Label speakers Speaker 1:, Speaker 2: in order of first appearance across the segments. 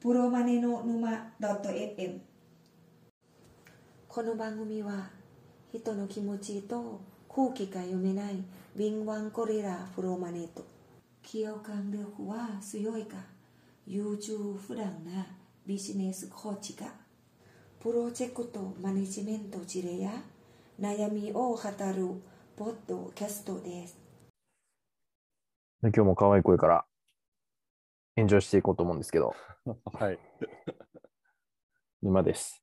Speaker 1: プロマネの沼 .fm この番組は人の気持ちと空気が読めない敏腕コレラプロマネと企業間力は強いか優柔不断なビジネスコーチがプロジェクトマネジメント事例や悩みを語るポッドキャストです。
Speaker 2: で今日も可愛い声から炎上していこうと思うんですけど、
Speaker 3: はい。
Speaker 2: 沼です。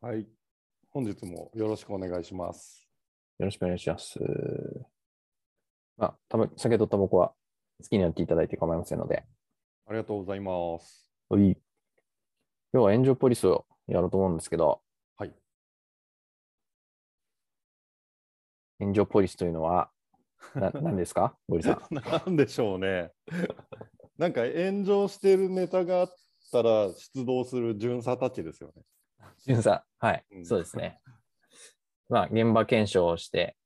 Speaker 3: はい。本日もよろしくお願いします。
Speaker 2: よろしくお願いします。まあ、たば酒とタバコは好きにやっていただいて構いませんので、
Speaker 3: ありがとうございます。
Speaker 2: おい今日は炎上ポリスをやろうと思うんですけど、
Speaker 3: はい。
Speaker 2: 炎上ポリスというのは な何ですかゴリさん。
Speaker 3: なんでしょうね。 なんか炎上してるネタがあったら出動する巡査たちですよね。
Speaker 2: ジュンさん。はい、
Speaker 3: うん
Speaker 2: そうですね。まあ、現場検証をして、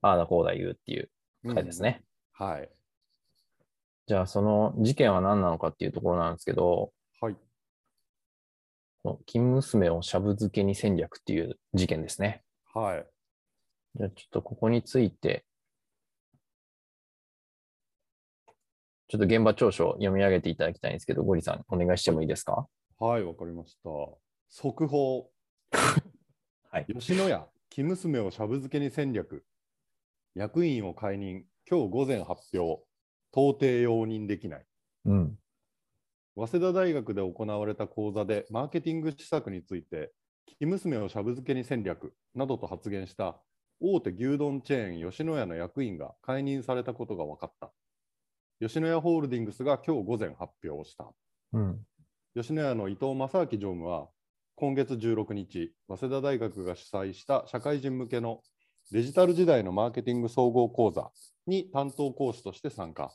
Speaker 2: ああだこうだ言うっていう回ですね。
Speaker 3: うん。はい。
Speaker 2: じゃあ、その事件は何なのかっていうところなんですけど、
Speaker 3: はい。
Speaker 2: この金娘をしゃぶ漬けに戦略っていう事件ですね。
Speaker 3: はい。
Speaker 2: じゃあ、ちょっとここについて、ちょっと現場調書を読み上げていただきたいんですけど、ゴリさん、お願いしてもいいですか
Speaker 3: はい、わかりました。速報。
Speaker 2: はい
Speaker 3: 吉野家、生娘をしゃぶ漬けに戦略。役員を解任、今日午前発表。到底容認できない。
Speaker 2: うん。
Speaker 3: 早稲田大学で行われた講座でマーケティング施策について「生娘をしゃぶ漬けに戦略」などと発言した大手牛丼チェーン吉野家の役員が解任されたことが分かった吉野家ホールディングスが今日午前発表した
Speaker 2: うん。
Speaker 3: 吉野家の伊藤正明常務は今月16日早稲田大学が主催した社会人向けのデジタル時代のマーケティング総合講座に担当講師として参加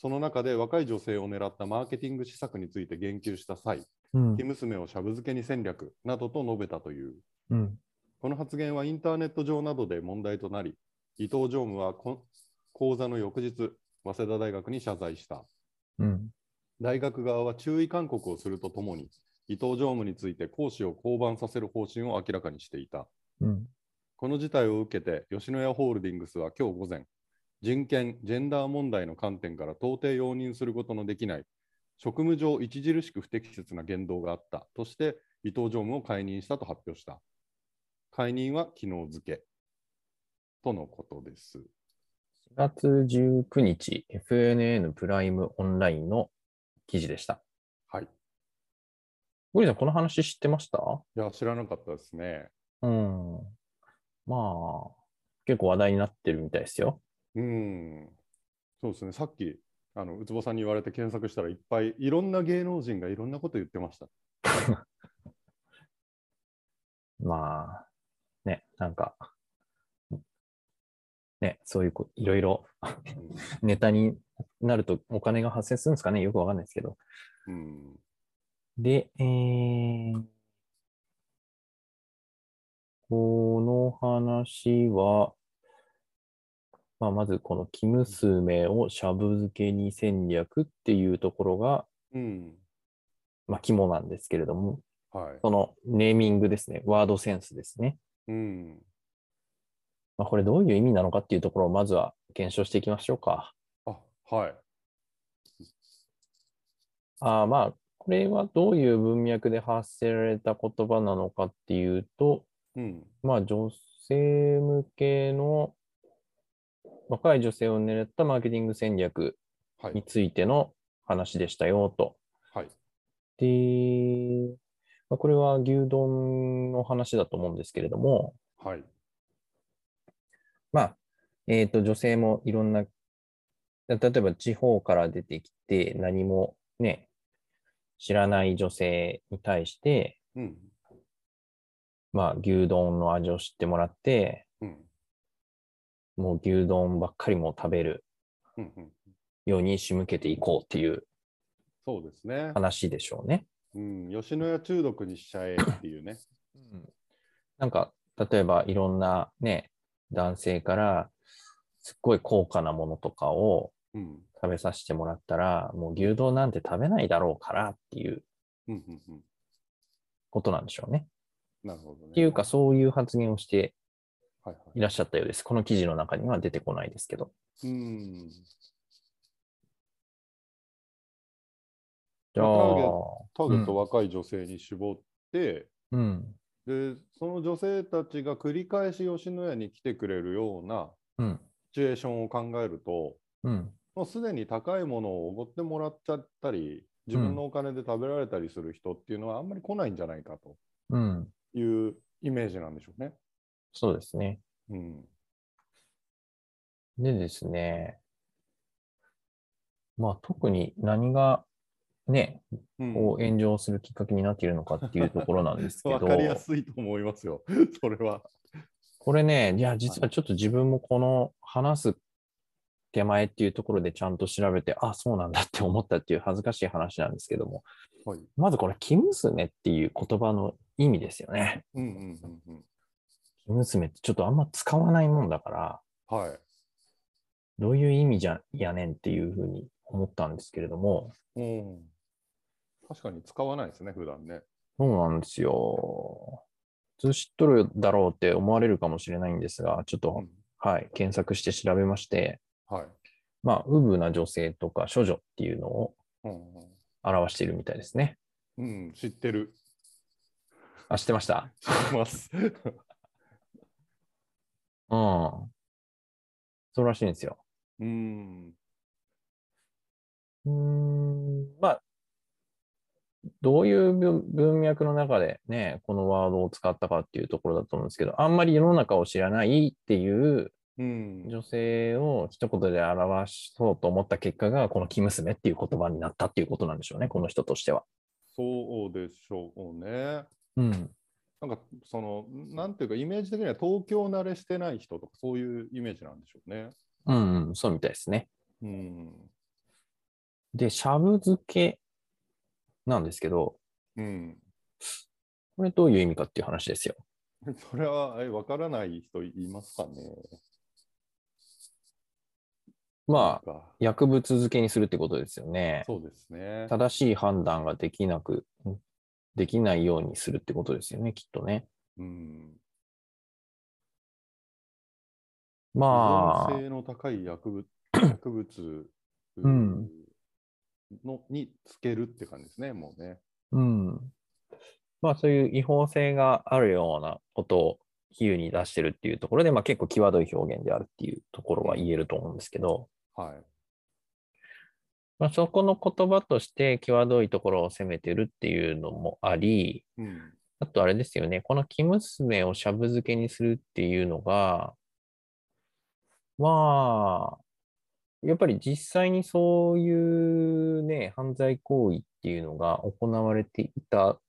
Speaker 3: その中で若い女性を狙ったマーケティング施策について言及した際
Speaker 2: うん
Speaker 3: 生。娘をしゃぶ漬けに戦略などと述べたという
Speaker 2: うん。
Speaker 3: この発言はインターネット上などで問題となり伊藤常務はこ講座の翌日早稲田大学に謝罪した
Speaker 2: うん。
Speaker 3: 大学側は注意勧告をするとともに、伊藤常務について講師を降板させる方針を明らかにしていた。
Speaker 2: うん。
Speaker 3: この事態を受けて、吉野家ホールディングスは今日午前、人権・ジェンダー問題の観点から到底容認することのできない、職務上著しく不適切な言動があったとして、伊藤常務を解任したと発表した。解任は昨日付とのことです。
Speaker 2: 4月19日、FNN プライムオンラインの記事でした。
Speaker 3: はい。い
Speaker 2: ゴリさん、この話知ってました
Speaker 3: や、知らなかったですね。
Speaker 2: うん。まあ、結構話題になってるみたいですよ。
Speaker 3: うん、そうですね、さっき、あの、ウツボさんに言われて検索したらいっぱい、いろんな芸能人がいろんなこと言ってました。
Speaker 2: まあ、ね、なんか、ね、そういうこ、いろいろネタになるとお金が発生するんですかねよくわかんないですけど。
Speaker 3: うん、
Speaker 2: で、えー、この話は、まあ、まずこの「生娘をしゃぶ漬けに戦略」っていうところが、
Speaker 3: うん、
Speaker 2: まあ、肝なんですけれども、
Speaker 3: はい、
Speaker 2: そのネーミングですね、ワードセンスですね。
Speaker 3: うん、
Speaker 2: まあ、これどういう意味なのかっていうところをまずは検証していきましょうか。
Speaker 3: あ、はい、
Speaker 2: あーまあ、これはどういう文脈で発せられた言葉なのかっていうと、
Speaker 3: うん、
Speaker 2: まあ、女性向けの若い女性を狙ったマーケティング戦略
Speaker 3: は
Speaker 2: に
Speaker 3: い、
Speaker 2: ついての話でしたよと。
Speaker 3: はい、
Speaker 2: で、まあ、これは牛丼の話だと思うんですけれども、
Speaker 3: はい、
Speaker 2: まあ、えっと、女性もいろんな、例えば地方から出てきて何もね、知らない女性に対して、
Speaker 3: うん、
Speaker 2: まあ、牛丼の味を知ってもらって、
Speaker 3: うん、
Speaker 2: もう牛丼ばっかりもう食べる
Speaker 3: うん、うん、
Speaker 2: ように仕向けていこうっていう
Speaker 3: そうですね。
Speaker 2: 話でしょうね。
Speaker 3: うん、吉野家中毒にしちゃえっていうね。
Speaker 2: なんか、例えばいろんなね、男性からすっごい高価なものとかを
Speaker 3: ううん
Speaker 2: 食べさせてもらったら、もう牛丼なんて食べないだろうからっていう
Speaker 3: うんうんうん
Speaker 2: ことなんでしょうね。
Speaker 3: なるほどね。
Speaker 2: っていうか、そういう発言をして
Speaker 3: はいはい
Speaker 2: らっしゃったようです。この記事の中には出てこないですけど。
Speaker 3: うん。
Speaker 2: じゃあ、
Speaker 3: まあターゲターゲット
Speaker 2: は、
Speaker 3: 若い女性に絞って、
Speaker 2: うん、
Speaker 3: でその女性たちが繰り返し吉野家に来てくれるような
Speaker 2: うん、
Speaker 3: シチュエーションを考えると、
Speaker 2: うん、
Speaker 3: もうすでに高いものをおごってもらっちゃったり、自分のお金で食べられたりする人っていうのはあんまり来ないんじゃないかと
Speaker 2: うん、
Speaker 3: いうイメージなんでしょうね。
Speaker 2: そうですね。
Speaker 3: うん。
Speaker 2: でですね、まあ特に何がね、
Speaker 3: うん
Speaker 2: こう炎上するきっかけになっているのかっていうところなんですけ
Speaker 3: わ
Speaker 2: ど、
Speaker 3: かりやすいと思いますよ、 それは。
Speaker 2: これね、いや実はちょっと自分もこの話す手前っていうところでちゃんと調べて、あ、そうなんだって思ったっていう恥ずかしい話なんですけども、
Speaker 3: はい。
Speaker 2: まずこれ、生娘っていう言葉の意味ですよね。
Speaker 3: うんうんうんうん。
Speaker 2: 生娘ってちょっとあんま使わないもんだから、
Speaker 3: はい。
Speaker 2: どういう意味じゃやねんっていうふうに思ったんですけれども、
Speaker 3: うん。確かに使わないですね、普段ね。
Speaker 2: そうなんですよ。普通知っとるだろうって思われるかもしれないんですが、ちょっと、
Speaker 3: うん
Speaker 2: はい、検索して調べまして、
Speaker 3: はい。
Speaker 2: まあ、ウブな女性とか処女っていうのを
Speaker 3: うんうん
Speaker 2: 表しているみたいですね。
Speaker 3: うん、知ってる。
Speaker 2: あ、知ってました。
Speaker 3: 知ってます。
Speaker 2: うん。そうらしいんですよ。
Speaker 3: うん。
Speaker 2: うーん、まあ、どういう文文脈の中でね、このワードを使ったかっていうところだと思うんですけど、あんまり世の中を知らないっていう
Speaker 3: うん。
Speaker 2: 女性を一言で表そうと思った結果が、この生娘っていう言葉になったっていうことなんでしょうね、この人としては。
Speaker 3: そうでしょうね。
Speaker 2: うん。
Speaker 3: なんか、その、なんていうか、イメージ的には東京慣れしてない人とか、そういうイメージなんでしょうね。
Speaker 2: うん、うん、そうみたいですね。
Speaker 3: うん。
Speaker 2: で、しゃぶ漬けなんですけど、
Speaker 3: うん。
Speaker 2: これどういう意味かっていう話ですよ。
Speaker 3: それは、え、わからない人いますかね。
Speaker 2: まあ、
Speaker 3: あ。
Speaker 2: 薬物漬けにするってことですよね。
Speaker 3: そうですね。
Speaker 2: 正しい判断ができなく、できないようにするってことですよね、きっとね。
Speaker 3: うん。
Speaker 2: ま
Speaker 3: 依
Speaker 2: あ
Speaker 3: 存、性の高い薬 物薬物
Speaker 2: ん
Speaker 3: のにつけるって感じですね、もうね。
Speaker 2: うん。まあそういう違法性があるようなことを比喩に出してるっていうところで、まあ結構際どい表現であるっていうところは言えると思うんですけど、
Speaker 3: はい。
Speaker 2: まあそこの言葉として際どいところを責めてるっていうのもあり、
Speaker 3: うん、
Speaker 2: あとあれですよね、この生娘をしゃぶ漬けにするっていうのが、まあ、やっぱり実際にそういうね、犯罪行為っていうのが行われていた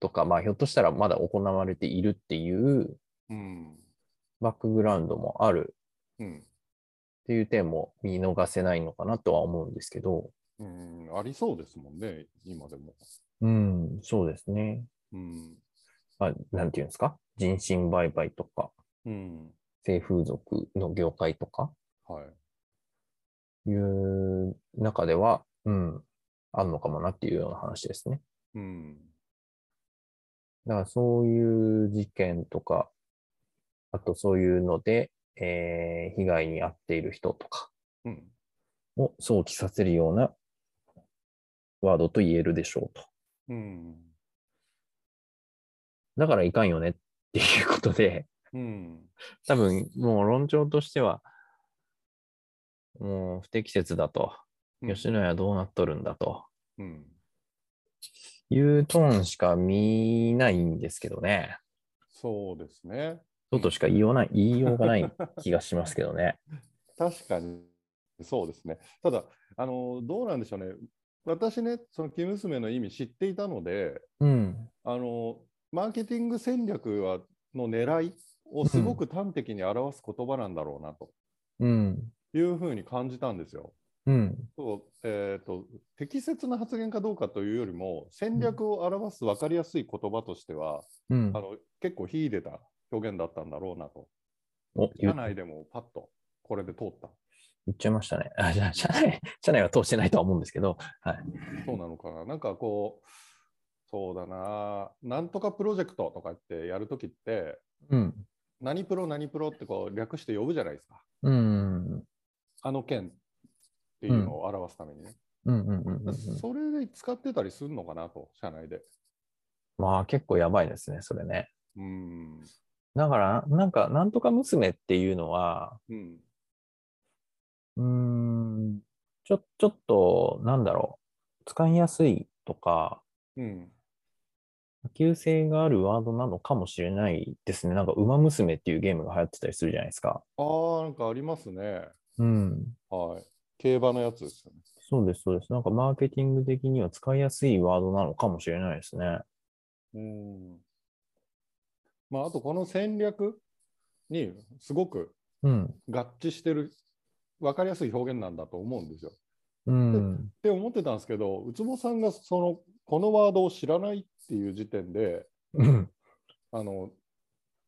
Speaker 2: とか、まあひょっとしたらまだ行われているっていう
Speaker 3: うん、
Speaker 2: バックグラウンドもある
Speaker 3: うん、
Speaker 2: っていう点も見逃せないのかなとは思うんですけど、
Speaker 3: うん、ありそうですもんね、今でも。
Speaker 2: うん、そうですね。
Speaker 3: うん、
Speaker 2: まあ、なんていうんですか人身売買とか、
Speaker 3: うん、
Speaker 2: 性風俗の業界とか、
Speaker 3: はい。
Speaker 2: いう中では、うん、あるのかもなっていうような話ですね。
Speaker 3: うん、
Speaker 2: だからそういう事件とか、あとそういうので、えー被害に遭っている人とか
Speaker 3: うん、
Speaker 2: を想起させるようなワードと言えるでしょうと。
Speaker 3: うん、
Speaker 2: だからいかんよねっていうことで、
Speaker 3: うん、
Speaker 2: 多分もう論調としては、もう不適切だと。
Speaker 3: うん
Speaker 2: 吉野家どうなっとるんだと
Speaker 3: うん、
Speaker 2: いうトーンしか見ないんですけどね。
Speaker 3: そうですね。
Speaker 2: そうとしか言いようない、言いようがない気がしますけどね。
Speaker 3: 確かに、そうですね。ただ、あの、どうなんでしょうね。私ね、その、生娘の意味知っていたので、
Speaker 2: うん。
Speaker 3: あのマーケティング戦略はの狙いをすごく端的に表す言葉なんだろうなと
Speaker 2: うん。
Speaker 3: いうふうに感じたんですよ。
Speaker 2: うん。
Speaker 3: そうえー、と適切な発言かどうかというよりも戦略を表す分かりやすい言葉としては、
Speaker 2: うん
Speaker 3: あ。の結構秀でた表現だったんだろうなと
Speaker 2: お、言う
Speaker 3: 社内でもパッとこれで通った
Speaker 2: 言っちゃいましたね。あじゃあ社内、社内は通してない とは思うんですけど、はい。
Speaker 3: そうなのか な。なんかこう、そうだな、なんとかプロジェクトとかってやるときって、
Speaker 2: うん。
Speaker 3: 何プロ何プロってこう略して呼ぶじゃないですか。
Speaker 2: うん。
Speaker 3: あの件っていうのを表すためにね。
Speaker 2: うんうんうんうんうん。
Speaker 3: それで使ってたりするのかなと、社内で。
Speaker 2: まあ結構やばいですね、それね。
Speaker 3: うん。
Speaker 2: だから、なんか、なんとか娘っていうのは、
Speaker 3: うん。
Speaker 2: うーん、ちょ、ちょっと、なんだろう、使いやすいとか、
Speaker 3: うん。
Speaker 2: 普及性があるワードなのかもしれないですね。なんか、馬娘っていうゲームが流行ってたりするじゃないですか。
Speaker 3: ああ、なんかありますね。
Speaker 2: うん。
Speaker 3: はい。競馬のやつですよね。
Speaker 2: そうです、そうです。なんか、マーケティング的には使いやすいワードなのかもしれないですね。
Speaker 3: うん。まあ、あとこの戦略にすごく
Speaker 2: うん。
Speaker 3: 合致してる、分かりやすい表現なんだと思うんですよ。
Speaker 2: うん。
Speaker 3: って思ってたんですけど、ウツボさんがそのこのワードを知らないっていう時点で、
Speaker 2: うん。
Speaker 3: あの、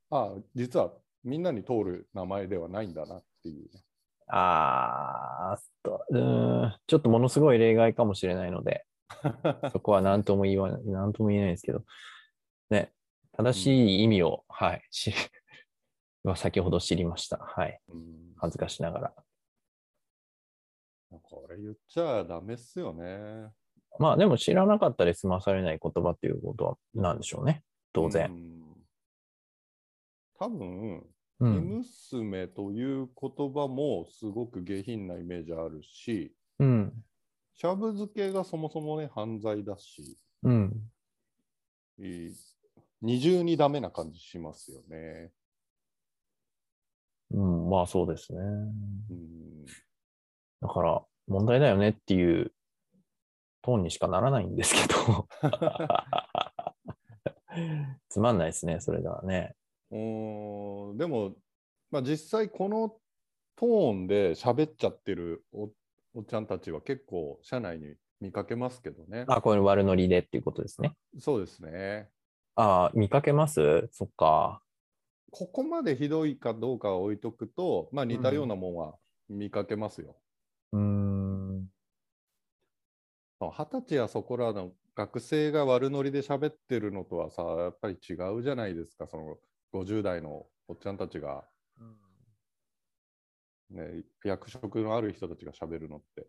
Speaker 3: ああ、実はみんなに通る名前ではないんだなっていうね。
Speaker 2: あーっと、うーん、ちょっとものすごい例外かもしれないので、そこは何とも言わない、何とも言えないんですけど、ね、正しい意味を、はい、知り、 は先ほど知りました。はい、
Speaker 3: うん、なんか
Speaker 2: 恥ずかしながら。
Speaker 3: あれ言っちゃダメっすよね。
Speaker 2: まあでも知らなかったで済まされない言葉っていうことはなんでしょうね。当
Speaker 3: う
Speaker 2: 然。
Speaker 3: ん。多分、
Speaker 2: う
Speaker 3: 生
Speaker 2: ん。
Speaker 3: 娘という言葉もすごく下品なイメージあるし、
Speaker 2: うん。
Speaker 3: シャブ漬けがそもそもね、犯罪だし、
Speaker 2: うん。
Speaker 3: えー二重にダメな感じしますよね。
Speaker 2: うん、まあそうですね。
Speaker 3: うん、
Speaker 2: だから、問題だよねっていうトーンにしかならないんですけど。 つまんないですね、それではね。
Speaker 3: うーんでも、まあ、実際このトーンで喋っちゃってるおおっちゃんたちは結構社内に見かけますけどね。
Speaker 2: あ、これ悪ノリでっていうことですね。
Speaker 3: そうですね。
Speaker 2: あー見かけますそっか。
Speaker 3: ここまでひどいかどうかは置いとくと、まあ、似たようなもんは見かけますよ。
Speaker 2: うーん。
Speaker 3: 二十歳やそこらの学生が悪ノリで喋ってるのとはさ、やっぱり違うじゃないですか、その50代のおっちゃんたちが、ね、役職のある人たちが喋るのって。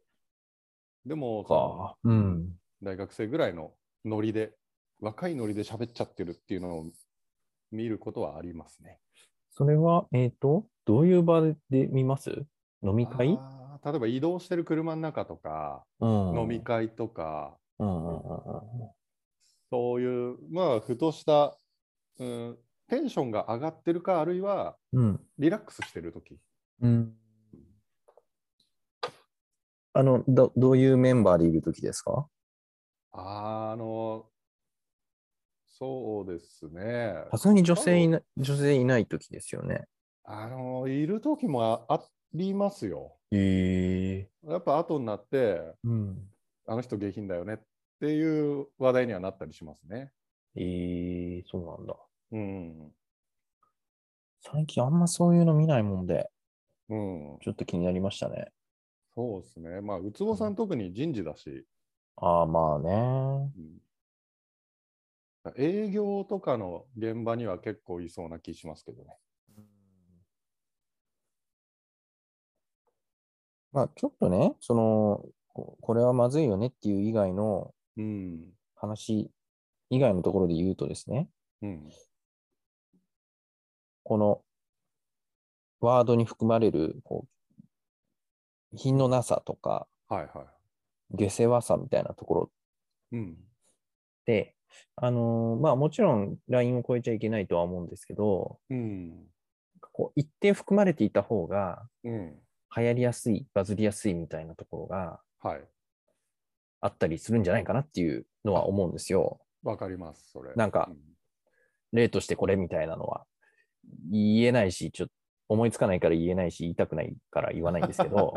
Speaker 3: でも、その
Speaker 2: か。うん。
Speaker 3: 大学生ぐらいのノリで、若いノリで喋っちゃってるっていうのを見ることはありますね。
Speaker 2: それは、えっ、と、どういう場で見ます飲み会
Speaker 3: あー例えば移動してる車の中とか、
Speaker 2: うん。
Speaker 3: 飲み会とか、
Speaker 2: うんうんうん
Speaker 3: そういう、まあ、ふとした、うん、テンションが上がってるか、あるいは
Speaker 2: うん。うん。
Speaker 3: リラックスしてるとき。
Speaker 2: うん。あの、ど、どういうメンバーでいるときですか
Speaker 3: あーあの、そうですね。
Speaker 2: さすがに女性いな女性いないときですよね。
Speaker 3: あの、いるときもあありますよ。
Speaker 2: へえ
Speaker 3: やっぱ後になって、
Speaker 2: うん。
Speaker 3: あの人下品だよねっていう話題にはなったりしますね。
Speaker 2: ええそうなんだ。
Speaker 3: うん。
Speaker 2: 最近あんまそういうの見ないもんで、
Speaker 3: うん。
Speaker 2: ちょっと気になりましたね。
Speaker 3: そうですね。まあ、ウツボさん特に人事だし、
Speaker 2: ああ、まあね。
Speaker 3: うん営業とかの現場には結構いそうな気しますけどね。
Speaker 2: まあ、ちょっとね、その、ここれはまずいよねっていう以外の
Speaker 3: うん。
Speaker 2: 話以外のところで言うとですね、
Speaker 3: うん。
Speaker 2: このワードに含まれる、こう、品のなさとか、
Speaker 3: はいは
Speaker 2: 下世話さみたいなところ
Speaker 3: い。うん。
Speaker 2: って、あのーまあもちろんラインを超えちゃいけないとは思うんですけど、
Speaker 3: うん。
Speaker 2: こう一定含まれていた方が
Speaker 3: うん。
Speaker 2: 流行りやすい、バズりやすいみたいなところが
Speaker 3: はい。
Speaker 2: あったりするんじゃないかなっていうのは思うんですよ。
Speaker 3: わかります、それ。
Speaker 2: なんか
Speaker 3: うん
Speaker 2: 例としてこれみたいなのは言えないし、ちょっと思いつかないから言えないし、言いたくないから言わないんですけ ど、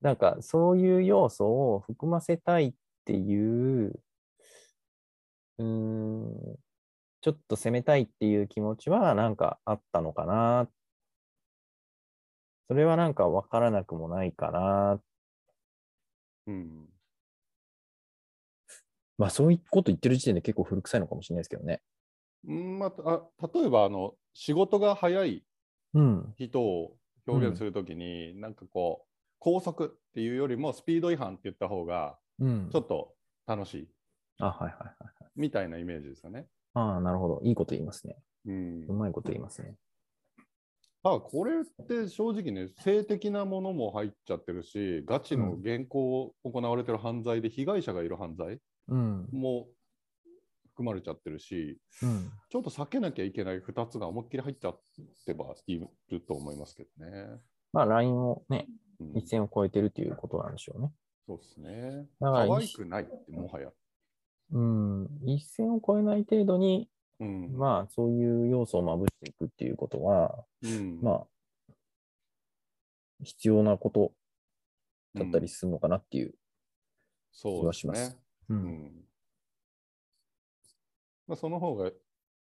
Speaker 2: なんかそういう要素を含ませたいっていう、うーん、ちょっと攻めたいっていう気持ちはなんかあったのかなっそれはなんかわからなくもないかな。
Speaker 3: うん。
Speaker 2: まあそういうこと言ってる時点で結構古臭いのかもしれないですけどね。
Speaker 3: うんまあ、あ例えばあの仕事が早い
Speaker 2: うん。
Speaker 3: 人を表現するときに、なんかこう高速っていうよりもスピード違反って言った方が
Speaker 2: うん
Speaker 3: ちょ。っと楽しい
Speaker 2: あ、はいはいはい。
Speaker 3: みたいなイメージですよね。
Speaker 2: ああ、なるほど。いいこと言いますね。
Speaker 3: うん
Speaker 2: うまいこと言いますね。
Speaker 3: ただこれって正直ね性的なものも入っちゃってるしガチの現行行われてる犯罪で被害者がいる犯罪
Speaker 2: うん。
Speaker 3: も含まれちゃってるし
Speaker 2: うん。
Speaker 3: ちょっと避けなきゃいけない2つが思いっきり入っちゃってはいると思いますけどね。
Speaker 2: まあ LINE をね、
Speaker 3: うん
Speaker 2: 一線を超えてるということなんでしょうね。
Speaker 3: そうですね。
Speaker 2: だ
Speaker 3: 可
Speaker 2: から
Speaker 3: 愛くないってもはや。
Speaker 2: うん。一線を越えない程度に、
Speaker 3: うん
Speaker 2: まあそういう要素をまぶしていくっていうことは、
Speaker 3: うん
Speaker 2: まあ、必要なことだったり
Speaker 3: うん
Speaker 2: するのかなっていう。
Speaker 3: そう
Speaker 2: 気
Speaker 3: で
Speaker 2: は
Speaker 3: す
Speaker 2: します
Speaker 3: ね。
Speaker 2: う
Speaker 3: う。んまあ、その方が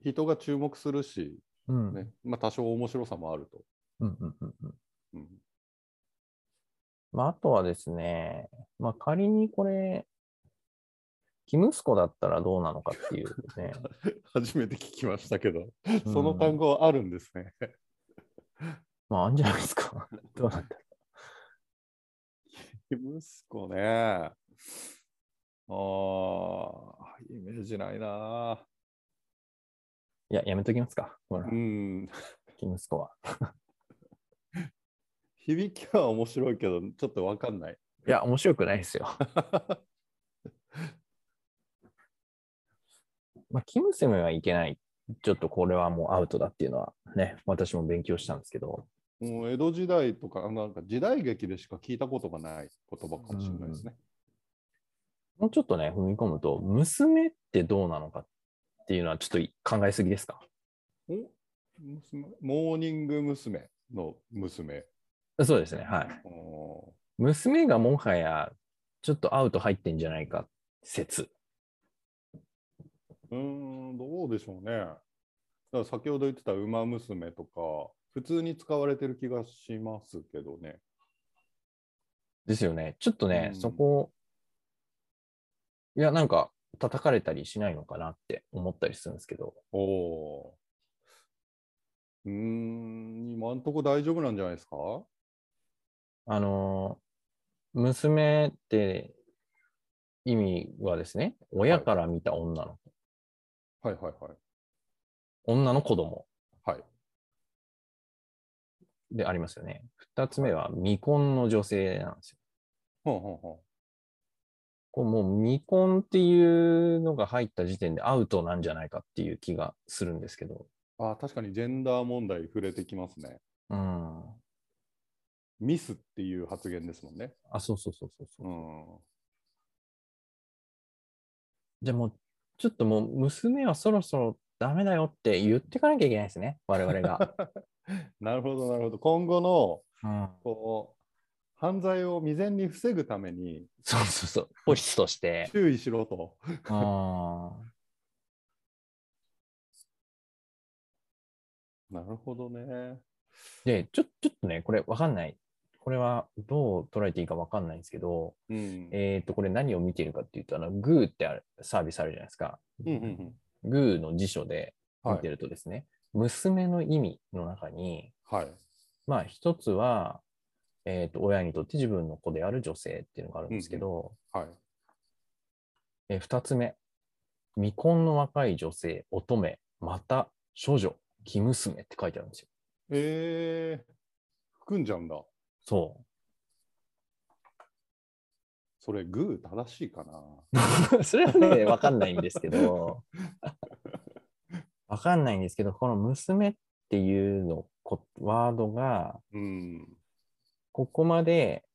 Speaker 3: 人が注目するし、
Speaker 2: うん。
Speaker 3: ねまあ、多少面白さもあると。
Speaker 2: うんうんうんうん。
Speaker 3: うん
Speaker 2: まあ、あとはですね、まあ、仮にこれ、キムスコだったらどうなのかっていうね。
Speaker 3: 初めて聞きましたけど、
Speaker 2: うん
Speaker 3: その単語はあるんです ね。
Speaker 2: まあ、あんじゃないですか。 どうなんだろ
Speaker 3: 息子ね。ああ、イメージない
Speaker 2: う。
Speaker 3: な。
Speaker 2: いや、やめときますか。ほら
Speaker 3: う、ん。
Speaker 2: キムスコは。
Speaker 3: 響きは面白いけど、ちょっとわかんない。
Speaker 2: いや、面白くないですよ。 まあ、キムセムはいけない。ちょっとこれはもうアウトだっていうのはね、私も勉強したんですけど。
Speaker 3: もう江戸時代とか、なんか時代劇でしか聞いたことがない言葉かもしれないですね。
Speaker 2: もうちょっとね、踏み込むと、娘ってどうなのかっていうのはちょっと考えすぎですか
Speaker 3: お娘モーニング娘。の娘。
Speaker 2: そうですね、はい。
Speaker 3: お
Speaker 2: 娘がもはやちょっとアウト入ってんじゃないか説。
Speaker 3: ーうーん、どうでしょうね。だから先ほど言ってた馬娘とか、普通に使われてる気がしますけどね。
Speaker 2: ですよね。ちょっとね、
Speaker 3: うん
Speaker 2: そこ、いや、なんか叩かれたりしないのかなって思ったりするんですけど、
Speaker 3: おおー。うーん、今んとこ大丈夫なんじゃないですか
Speaker 2: あのー、娘って意味はですね、親から見た女の、
Speaker 3: はいはいはい。
Speaker 2: 女の子供
Speaker 3: はい。
Speaker 2: でありますよね。二つ目は未婚の女性なんですよ。
Speaker 3: ほんほんほん。
Speaker 2: こうもう未婚っていうのが入った時点でアウトなんじゃないかっていう気がするんですけど。
Speaker 3: あー確かにジェンダー問題触れてきますね。
Speaker 2: うん。
Speaker 3: ミスっていう発言ですもんね。
Speaker 2: あ、そうそうそうそうそう。
Speaker 3: うん。
Speaker 2: じゃあもう、ちょっともう、娘はそろそろダメだよって言ってかなきゃいけないですね、我々が。
Speaker 3: なるほどなるほど。今後の
Speaker 2: うん、
Speaker 3: こう犯罪を未然に防ぐために
Speaker 2: そうそうそう、ポリスとして。
Speaker 3: 注意しろと。
Speaker 2: あ
Speaker 3: なるほどね。
Speaker 2: で、ちょ、ちょっとね、これわかんない。これはどう捉えていいかわかんないんですけど、
Speaker 3: うん。
Speaker 2: えっ、と、これ何を見ているかっていうと、あの、グーってあるサービスあるじゃないですか。
Speaker 3: うんうんうん。
Speaker 2: グーの辞書で見
Speaker 3: は
Speaker 2: て
Speaker 3: い。
Speaker 2: るとですね、娘の意味の中に、
Speaker 3: はい。
Speaker 2: まあ一つは、えっ、と、親にとって自分の子である女性っていうのがあるんですけど、
Speaker 3: はい。
Speaker 2: えー二つ目、未婚の若い女性、乙女、また処女、生娘って書いてあるんですよ。
Speaker 3: えー、含んじゃうんだ。
Speaker 2: そ
Speaker 3: それ、グー正しいかな。
Speaker 2: う。 それはね、わかんないんですけど、わかんないんですけど、この娘っていうのこワードが、
Speaker 3: うん。
Speaker 2: ここまで、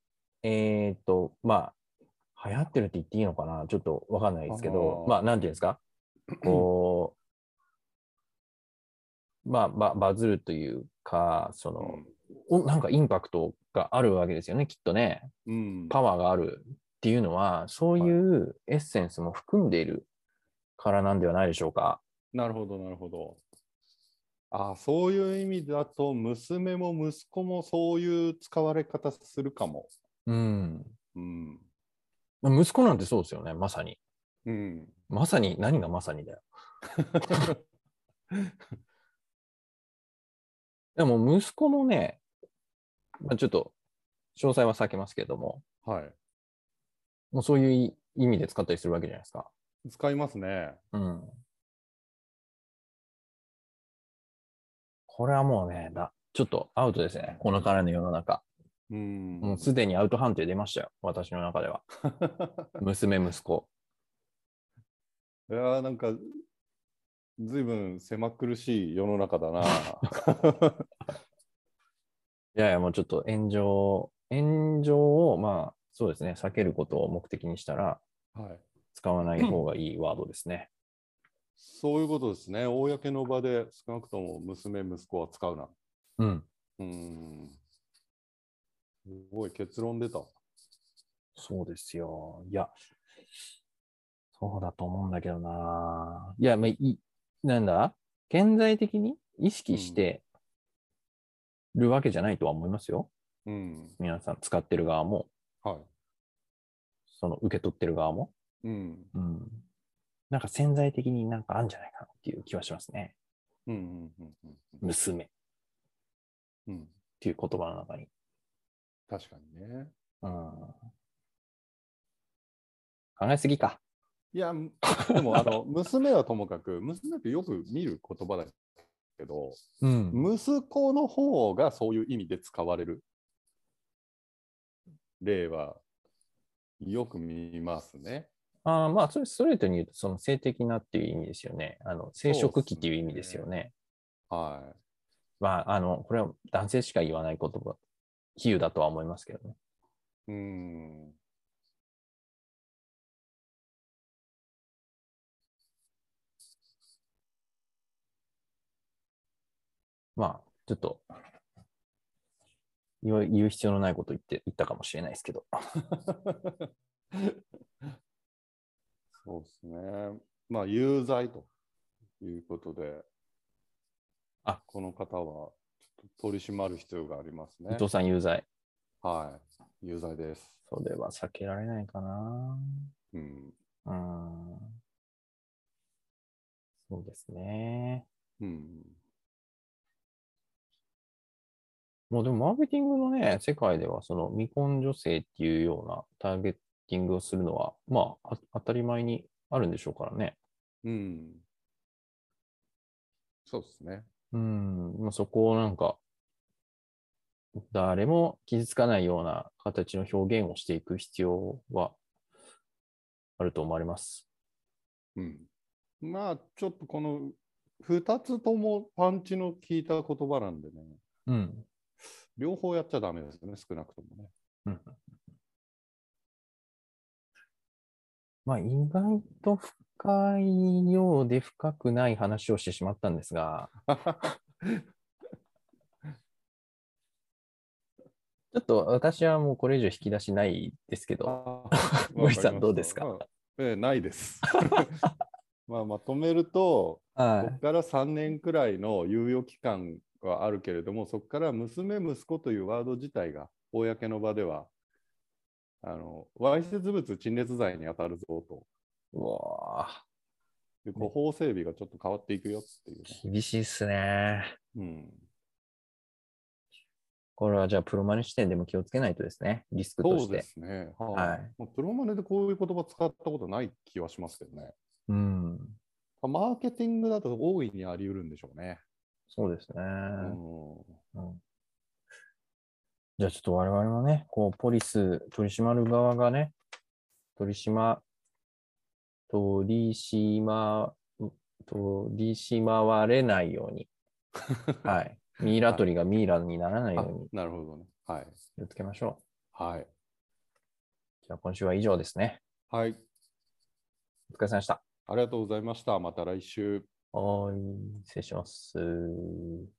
Speaker 2: えっ、と、まあ、流行ってるって言っていいのかなちょっとわかんないですけど、
Speaker 3: あー
Speaker 2: まあ、なんていうんですかこう、まあ、ババズるというか、その、おなんかインパクトがあるわけですよね、きっとね。
Speaker 3: うん。
Speaker 2: パワーがあるっていうのは、そういうエッセンスも含んでいるからなんではないでしょうか。
Speaker 3: なるほど、なるほど。ああそういう意味だと娘も息子もそういう使われ方するかも。
Speaker 2: うん。
Speaker 3: うん。
Speaker 2: まあ息子なんてそうですよね、まさに。
Speaker 3: うん。
Speaker 2: まさに、何がまさにだよ。でも、息子もね、まあ、ちょっと、詳細は避けますけども、
Speaker 3: はい。
Speaker 2: もうそういうい意味で使ったりするわけじゃないですか。
Speaker 3: 使いますね。
Speaker 2: うん。これはもうね、だちょっとアウトですね。このからの世の中。
Speaker 3: うん。
Speaker 2: もうすでにアウト判定出ましたよ。私の中では。娘、息子。
Speaker 3: いやーなんか、ずいぶん狭苦しい世の中だな。
Speaker 2: いやいや、もうちょっと炎上、炎上を、まあ、そうですね、避けることを目的にしたら、
Speaker 3: はい。
Speaker 2: 使わない方がいいワードですね。
Speaker 3: そういうことですね。公の場で少なくとも娘、息子は使うな。
Speaker 2: うん。
Speaker 3: うん。すごい結論出た。
Speaker 2: そうですよ。いや、そうだと思うんだけどな。いや、まあ、い、なんだ潜在的に意識してるわけじゃないとは思いますよ。
Speaker 3: うん。
Speaker 2: 皆さん、使ってる側も、
Speaker 3: は
Speaker 2: その受け取ってる側も。
Speaker 3: い。うん。
Speaker 2: うん。なんか潜在的になんかあるんじゃないかなっていう気はしますね。
Speaker 3: うんうんうんうんうん
Speaker 2: 娘っ
Speaker 3: うん。
Speaker 2: ていう言葉の中に。
Speaker 3: 確かにね。
Speaker 2: うん。考えすぎか。
Speaker 3: いや、むでも、あの、娘はともかく、娘ってよく見る言葉だけど、
Speaker 2: うん。
Speaker 3: 息子の方がそういう意味で使われる例はよく見ますね。
Speaker 2: あーまあ、それストレートに言うと、その性的なっていう意味ですよね。あの生殖器っていう意味ですよね。
Speaker 3: は
Speaker 2: まあ、あの、これは男性しか言わない言葉、比喩だとは思いますけどね。
Speaker 3: い。うん。
Speaker 2: まあ、ちょっと、言う言う必要のないこと言って言ったかもしれないですけど。
Speaker 3: そうですね。まあ、有罪ということで、
Speaker 2: あ
Speaker 3: この方はちょっと取り締まる必要があります
Speaker 2: 伊
Speaker 3: ね。
Speaker 2: 藤さん有罪。
Speaker 3: はい。有罪です。
Speaker 2: それは避けられないかな。
Speaker 3: うん。
Speaker 2: うん。そうですね。
Speaker 3: うん。
Speaker 2: もうでもマーケティングのね、世界ではその未婚女性っていうようなターゲティングをするのは、まあ、あ当たり前にあるんでしょうからね。
Speaker 3: うん。そうですね。
Speaker 2: うん、まあ、そこをなんか、誰も傷つかないような形の表現をしていく必要はあると思われます。
Speaker 3: うん、まあちょっとこの2つともパンチの効いた言葉なんでね
Speaker 2: うん。
Speaker 3: 両方やっちゃダメですね少なくともね。
Speaker 2: まあ、意外と深いようで深くない話をしてしまったんですが、ちょっと私はもうこれ以上引き出しないですけど、森さ ん
Speaker 3: わかりました
Speaker 2: どうですか
Speaker 3: んええな いです。まあまとめるとこ
Speaker 2: は
Speaker 3: こから3年くらいの猶予期間はあるけれどもそこから娘息子というワード自体が公の場ではあのわいせつ物陳列罪に当たるぞと
Speaker 2: い。うわあ
Speaker 3: いうこう法整備がちょっと変わっていくよっていうね、
Speaker 2: 厳しいっすね。
Speaker 3: うん
Speaker 2: これはじゃあプロマネ視点でも気をつけないとですね、リスクと
Speaker 3: そ
Speaker 2: し
Speaker 3: うで
Speaker 2: て。
Speaker 3: すね。
Speaker 2: は
Speaker 3: はいい。もうプロマネでこういう言葉使ったことない気はしますけどね。
Speaker 2: うん。
Speaker 3: マーケティングだと大いにあり得るんでしょうね。
Speaker 2: そうですね。
Speaker 3: うん
Speaker 2: うんじゃあちょっと我々もね、こう、ポリス、取り締まる側がね、取り締ま、取り締ま、取り締まわれないよう に、はい。ミイラ取りがミイラにならないよ
Speaker 3: あ
Speaker 2: うに
Speaker 3: なるほどね。はい。
Speaker 2: 気をつけましょ
Speaker 3: はい。
Speaker 2: う。じゃあ今週は以上ですね。
Speaker 3: はい。
Speaker 2: お疲れ様でした。
Speaker 3: ありがとうございました。また来週。
Speaker 2: はーい。失礼します。